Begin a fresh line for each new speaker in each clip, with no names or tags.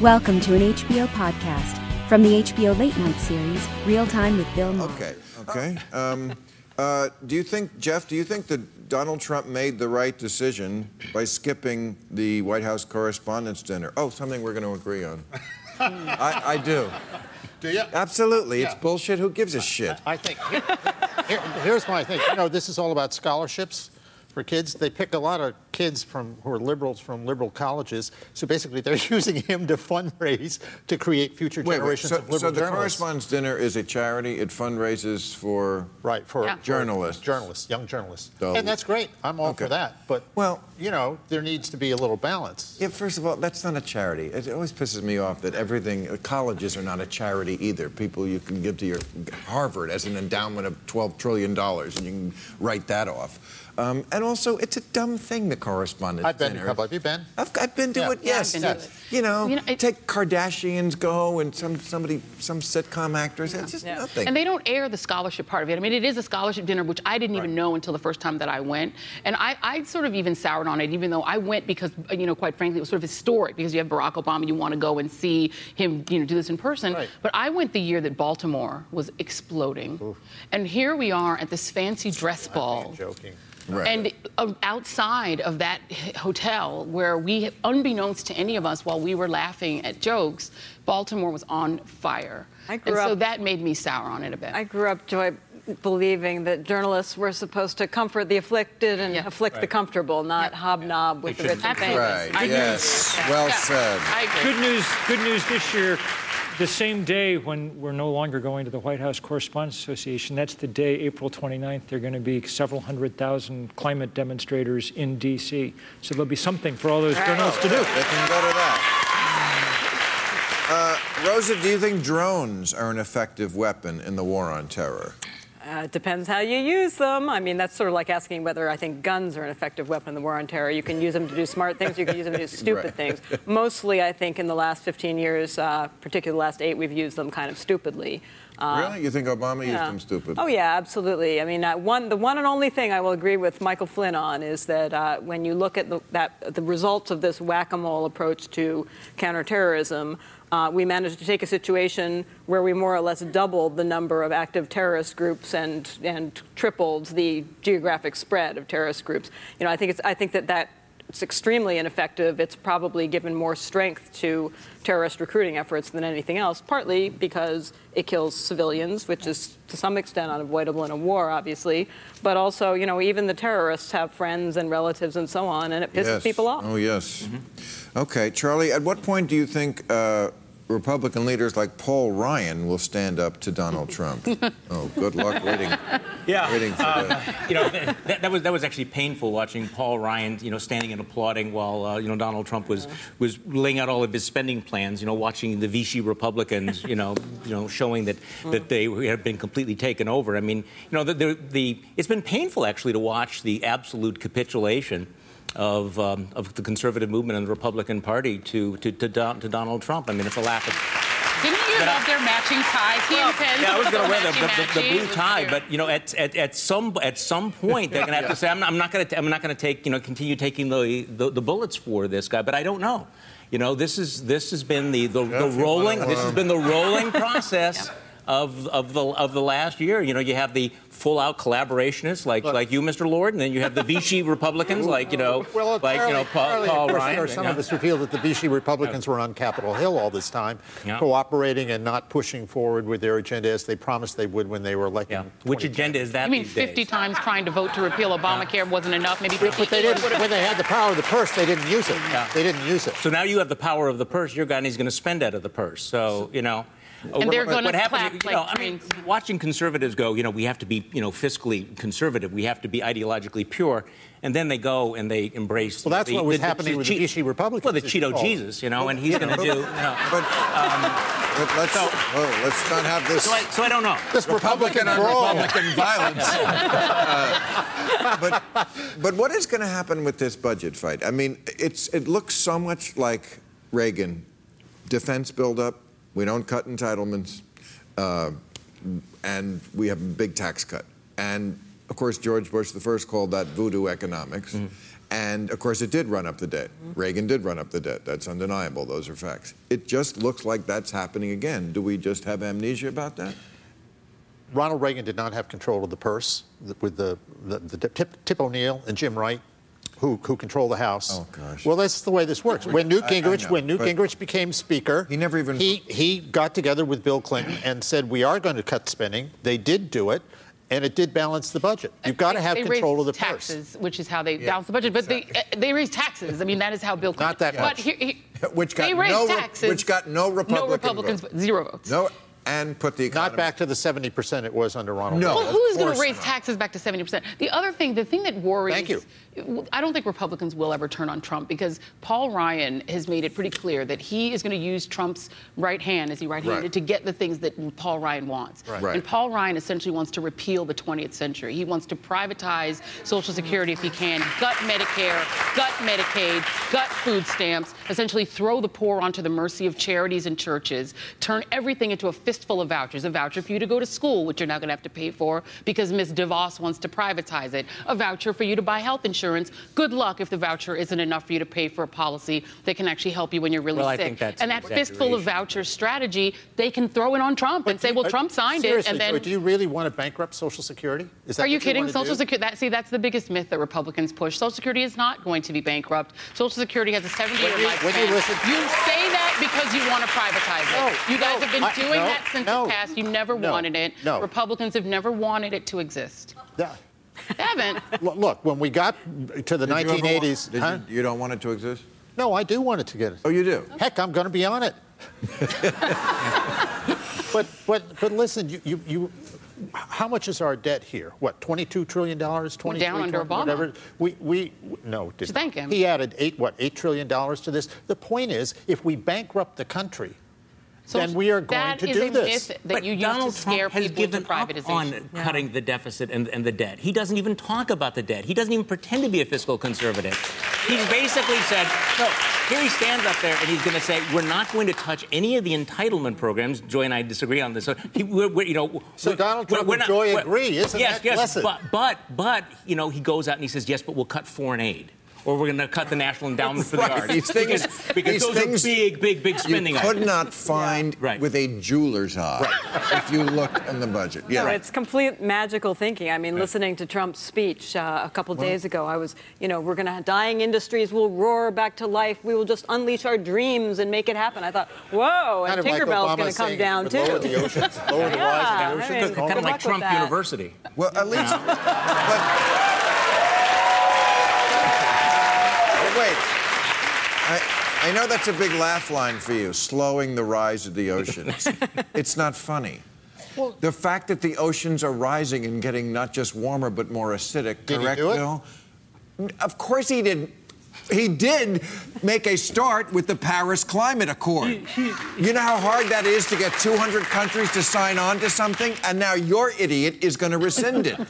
Welcome to an HBO podcast from the HBO Late Night series, Real Time with Bill Maher.
Okay,
Oh.
okay. Um, uh, do you think, Jeff, do you think that Donald Trump made the right decision by skipping the White House Correspondents' Dinner? Oh, something we're going to agree on. I, I do.
Do you?
Absolutely. It's
Yeah.
bullshit. Who gives a shit?
I think. Here, here- here's my thing. You know, this is all about scholarships for kids. They pick a lot of kids from who are liberals from liberal colleges. So basically, they're using him to fundraise to create future
Wait, wait.
generations
So,
of liberal
so the
journalists.
Correspondents' Dinner is a charity. It fundraises for.
Right for
Yeah.
for
Journalists.
journalists, young journalists,
So-
and that's great. I'm all
Okay.
for that, but
Well-
you know, there needs to be a little balance.
Yeah, first of all, that's not a charity. It always pisses me off that everything, uh, colleges are not a charity either. People you can give to your Harvard as an endowment of $12 trillion, and you can write that off. Um, and also, it's a dumb thing, the correspondence
I've been to a
dinner.
couple. Have you been?
I've, I've been to
Yeah.
it,
Yeah, I've
yes.
been to it.
You know,
You know, it-
take Kardashians go and some somebody, some sitcom actress. It's just
Yeah.
nothing.
And they don't air the scholarship part of it. I mean, it is a scholarship dinner, which I didn't even know until the first time that I went. And I, I sort of even soured on it, even though I went because, uh, you know, quite frankly, it was sort of historic because you have Barack Obama, you want to go and see him, you know, do this in person.
Right.
But I went the year that Baltimore was exploding. And here we are at this fancy dress ball.
Joking.
Right.
And uh, outside of that h- hotel, where we, unbeknownst to any of us, while we were laughing at jokes, Baltimore was on fire.
I grew
and so
up-
that made me sour on it a bit.
I grew up joy believing that journalists were supposed to comfort the afflicted and
Yeah.
afflict the
Right.
comfortable, not hobnob with the rich and
Absolutely.
famous.
Right,
I agree.
yes. Well
Yeah.
said.
I agree.
Good news, good news this year. The same day when we're no longer going to the White House Correspondents Association, that's the day, April 29th, there are going to be several hundred thousand climate demonstrators in D.C. So there'll be something for all those journalists to do.
They can go to that. Uh, Rosa, do you think drones are an effective weapon in the war on terror?
Uh, it depends how you use them. I mean, that's sort of like asking whether I think guns are an effective weapon in the war on terror. You can use them to do smart things, you can use them to do stupid
Right.
things. Mostly, I think, in the last 15 years, uh, particularly the last eight, we've used them kind of stupidly.
really? You think Obama used
Uh, Yeah.
them stupid?
Oh yeah, absolutely. I mean, uh, one the one and only thing I will agree with Michael Flynn on is that uh, when you look at the, that the results of this whack-a-mole approach to counterterrorism. Uh, we managed to take a situation where we more or less doubled the number of active terrorist groups and and tripled the geographic spread of terrorist groups. You know, I think it's I think that that it's extremely ineffective. It's probably given more strength to terrorist recruiting efforts than anything else, partly because it kills civilians, which is to some extent unavoidable in a war, obviously. But also, you know, even the terrorists have friends and relatives and so on, and it pisses
Yes.
people off. Mm-hmm.
Oh, yes. Okay, Charlie, at what point do you think uh, Republican leaders like Paul Ryan will stand up to Donald Trump? oh, good luck waiting.
Yeah.
Waiting for
um,
that.
You know, th- that, that was that was actually painful watching Paul Ryan, you know, standing and applauding while uh, you know Donald Trump was was laying out all of his spending plans. You know, watching the Vichy Republicans, you know, you know, showing that that they had been completely taken over. I mean, you know, the, the, the it's been painful actually to watch the absolute capitulation. Of, um, of the conservative movement and the Republican Party to to, to, Don, to Donald Trump. I mean, it's a lack of
Didn't you
That I-
love their matching ties? He and Penn.
yeah, I was going to wear the, the, the,
Matchy-matchy.
the blue tie,
It was
but you know, at, at, at some at some point they're going to have to say, I'm not, I'm not going to I'm not going to take you know continue taking the, the the bullets for this guy, but I don't know. You know, this is this has been the the,
Jeff,
the
you wanna
rolling
warm?
this has been the rolling process. Of, of the of the last year, you know, you have the full out collaborationists like like you, Mr. Lord, and then you have the Vichy Republicans like you know
Well,
like you know
apparently-
Paul,
apparently,
Paul
of course,
Ryan.
there are some
you
of
know.
us who feel that the Vichy Republicans were on Capitol Hill all this time,
Yeah.
cooperating and not pushing forward with their agenda as they promised they would when they were elected.
yeah.
in
Which
2010.
agenda is that?
I mean,
these
50
days?
times trying to vote to repeal Obamacare wasn't enough. Maybe
But they didn't. When they had the power of the purse, they didn't use it.
Yeah.
They didn't use it.
So now you have the power of the purse. Your guy is going to spend out of the purse. So you know. uh, what-
they're gonna
what happens-
clap
you
like
know, I mean,
crazy.
watching conservatives go, you know, we have to be, you know, fiscally conservative. We have to be ideologically pure, and then they go and they embrace.
Well, that's
the,
what was happening with the
Che-
Vichy Republicans,
Well, the
it's
Cheeto
called.
Jesus, you know, and he's going to do. You know.
But, but let's,
um, so-
oh, let's not have this.
So I, so I don't know.
This Republican brawl.
Republican violence. Uh, but, but what is going to happen with this budget fight? I mean, it's, it looks so much like Reagan. Defense buildup, we don't cut entitlements, uh, and we have a big tax cut. And of course, George Bush the first called that voodoo economics. And of course, it did run up the debt. Reagan did run up the debt. That's undeniable. Those are facts. It just looks like that's happening again. Do we just have amnesia about that?
Ronald Reagan did not have control of the purse th- with the, the, the Tip, Tip O'Neill and Jim Wright, who, who control the House.
Oh, gosh.
Well, that's the way this works. When Newt
I- I
Gingrich,
know,
when Newt
but-
Gingrich became Speaker,
He never even-
he he got together with Bill Clinton and said we are going to cut spending. They did do it, and it did balance the budget. You've got to
They-
have
they
control of
raised
the purse.
taxes, which is how they balance the budget. But they uh, they raise taxes. I mean, that is how Bill Clinton.
Not that
but
much.
Here, here-
Which got
they raised
no re-
taxes.
which got no Republican
No Republicans,
vote.
vote. zero votes.
No, and put the economy.
Not back to the 70% it was under Ronald
No.
Reagan.
Well,
of
who is going
course
to raise
not.
taxes back to 70%? The other thing, the thing that worries.
Thank you.
I don't think Republicans will ever turn on Trump because Paul Ryan has made it pretty clear that he is going to use Trump's right hand, as he right handed,
Right.
to get the things that Paul Ryan wants.
Right.
And Paul Ryan essentially wants to repeal the 20th century. He wants to privatize Social Security if he can, gut Medicare, gut Medicaid, gut food stamps, essentially throw the poor onto the mercy of charities and churches, turn everything into a fistful of vouchers, a voucher for you to go to school, which you're now going to have to pay for because Ms. DeVos wants to privatize it, a voucher for you to buy health insurance. Good luck if the voucher isn't enough for you to pay for a policy that can actually help you when you're really
Well, I
sick.
think that's
and
an
that fistful of
exaggeration.
voucher strategy, they can throw it on Trump and say, well,
Are-
Trump signed it.
seriously,
And then
Joy, do you really want to bankrupt Social Security? Is that
are you
what
kidding?
wanna
Social
do?
Security. That, see, that's the biggest myth that Republicans push. Social Security is not going to be bankrupt. Social Security has a 70-year
When you-
lifespan.
when you listen-
say that because you want to privatize it.
No,
you guys
no,
have been
I-
doing
no,
that since
no,
it passed. You never
no,
wanted it.
no.
Republicans have never wanted it to exist.
Yeah.
They haven't.
Lo- Look, when we got to the
Did you ever wa-
1980s,
did
huh?
you, you don't want it to exist?
no, I do want it to get it.
Oh, you do.
Heck, I'm going to be on it. but but but listen, you, you you how much is our debt here? What, 22 trillion dollars,
We're
23
down under
trillion,
Obama.
whatever. We we no, it didn't.
Thank him.
He added 8 what, 8 trillion dollars to this. The point is, if we bankrupt the country, then we are going
That
to
is
do
a
this.
myth that you use
Donald
to
Trump
scare
has
people
given
to privatization.
up on cutting the deficit and, and the debt. He doesn't even talk about the debt. He doesn't even pretend to be a fiscal conservative. He's basically said, no, here he stands up there and he's going to say, we're not going to touch any of the entitlement programs. Joy and I disagree on this. So, he, we're, we're, you know,
So
we're-
Donald Trump
we're
and
not-
Joy
we're-
agree, isn't
yes,
that
Yes,
blessed?
but, but, but, you know, he goes out and he says, yes, but we'll cut foreign aid. Or we're going to cut the national endowment for the arts.
These
because
things-
because
these
those
things
are big, big, big spending
you
items.
could not find
Right.
with a jeweler's eye if you looked in the budget. Yeah,
No, it's complete magical thinking. I mean, listening to Trump's speech uh, a couple days ago, I was, you know, we're going to dying industries will roar back to life. We will just unleash our dreams and make it happen. I thought, whoa,
Kind
and
of like
Tinkerbell's
Obama
going to come
saying,
down too.
Lower the oceans, lower the
Yeah,
wise
I
oceans. Call
mean,
kind
Good
of
them
like
luck with
Trump
that.
University.
well, at least. But, but wait, I, I know that's a big laugh line for you, slowing the rise of the oceans. it's not funny. the fact that the oceans are rising and getting not just warmer but more acidic,
Did he
correct,
do it?
Bill? Of course he did. He did make a start with the Paris Climate Accord. You know how hard that is to get 200 countries to sign on to something, and now your idiot is going to rescind it.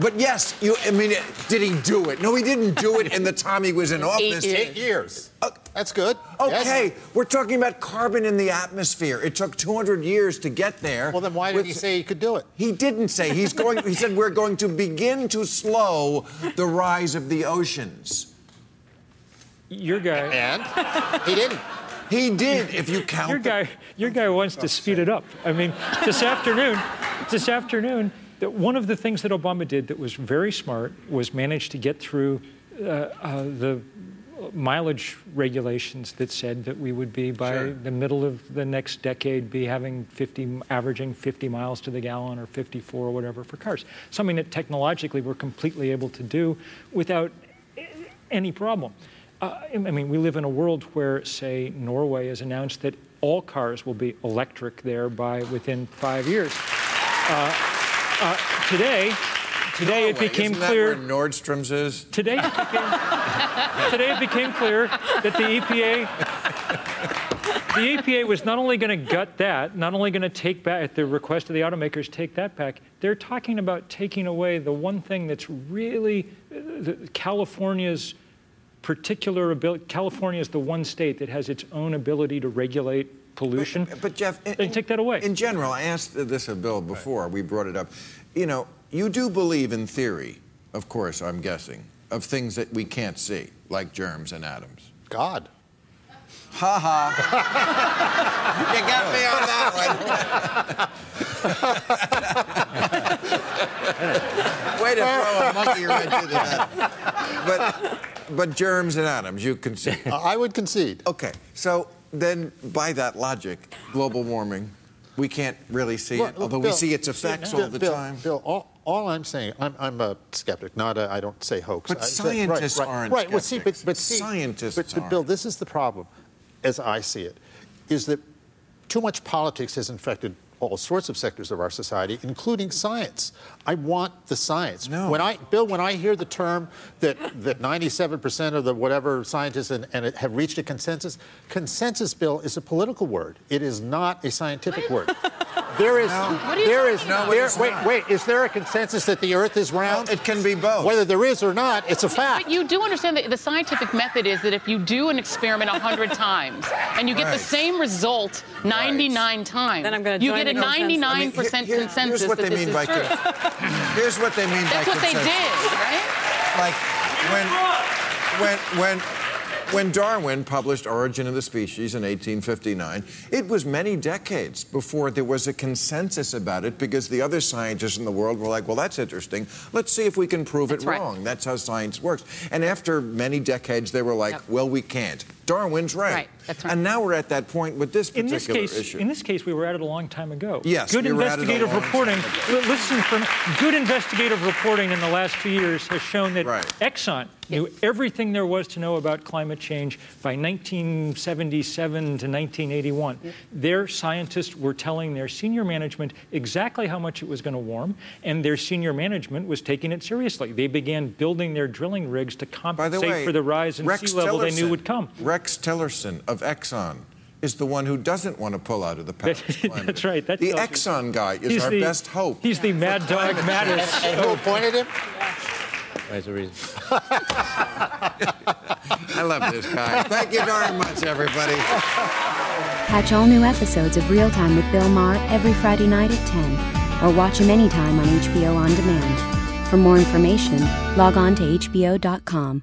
But yes, you. I mean, did he do it? No, he didn't do it in the time he was in office.
years.
Eight years.
Uh,
That's good.
Okay,
Yes.
we're talking about carbon in the atmosphere. It took 200 years to get there.
Well, then why did
With-
he say he could do it?
He didn't say. He's going. He said we're going to begin to slow the rise of the oceans.
Your guy,
And he didn't.
He did, if you count.
your
the-
guy, your guy wants to speed it up. I mean, this afternoon, this afternoon, that one of the things that Obama did that was very smart was manage to get through uh, uh, the mileage regulations that said that we would be by the middle of the next decade be having 50 averaging 50 miles to the gallon or 54 or whatever for cars something that technologically we're completely able to do without any problem. Uh, I mean, we live in a world where, say, Norway has announced that all cars will be electric there by within five years. Uh, uh, today, today it
Norway,
became
isn't that
clear.
where Nordstrom's is.
Today it, became, today it became clear that the EPA the EPA was not only going to gut that, not only going to take back at the request of the automakers take that back. They're talking about taking away the one thing that's really uh, the, California's particular ability. California is the one state that has its own ability to regulate pollution.
But, but Jeff,
They take that away.
In general, I asked this of Bill before we brought it up. You know, you do believe in theory, of course. I'm guessing of things that we can't see, like germs and atoms.
God.
Ha ha. you got me on that one. Way to throw a monkey wrench into that. But, but germs and atoms, you can see.
Uh, I would concede.
Okay, so then by that logic, global warming, we can't really see
Look,
it,
look,
although we
Bill,
see its effects
Bill,
all the
Bill,
time.
Bill, all, all I'm saying, I'm, I'm a skeptic, not a, I don't say hoax.
But
I say- right,
scientists
right,
aren't
Right, well, see, but,
skeptics.
but see,
Scientists
but, but Bill,
aren't.
this is the problem, as I see it, is that too much politics has infected all sorts of sectors of our society, including science. I want the science.
No.
When I, Bill, when I hear the term that, that 97% of the whatever scientists and, and it have reached a consensus, consensus, Bill, is a political word. It is not a scientific word. There is,
are you
there is,
talking about?
No, it
there,
is
wait,
not.
wait, is there a consensus that the Earth is round?
It can be both.
Whether there is or not, it's a fact.
But you do understand that the scientific method is that if you do an experiment 100 times and you get
Right.
the same result 99 times,
Then I'm gonna
you
join
get a
the consensus.
99%
I mean, here- here-
consensus
Here's what
that
they
this
mean
is
by
true.
cons- Here's what they mean
That's
by
what they did,
consensus.
right?
Like when when when when Darwin published Origin of the Species in 1859, it was many decades before there was a consensus about it because the other scientists in the world were like, well, that's interesting. Let's see if we can prove
That's
it
right.
wrong. That's how science works. And after many decades, they were like,
Yep.
well, we can't. Darwin's right.
Right, that's right.
And now we're at that point with this
in
particular
this case,
issue.
in this case, we were at it a long time ago.
Yes,
good
we were at it a
investigative
long
reporting.
time
li- Listen, for good investigative reporting in the last two years has shown that
Right.
Exxon knew everything there was to know about climate change by 1977 to 1981. Their scientists were telling their senior management exactly how much it was going to warm, and their senior management was taking it seriously. They began building their drilling rigs to
By
compensate
the way,
for the rise in
Rex
sea level they knew
Tillerson-
would come.
Rex Tillerson of Exxon is the one who doesn't want to pull out of the Paris climate.
That's right. That
the
tells you.
Exxon guy is
He's
our
the-
best hope.
He's the Mad Dog Mattis.
And who appointed him?
That's the reason.
I love this guy. Thank you very much, everybody.
Catch all new episodes of Real Time with Bill Maher every Friday night at 10, or watch him anytime on HBO On Demand. For more information, log on to HBO.com.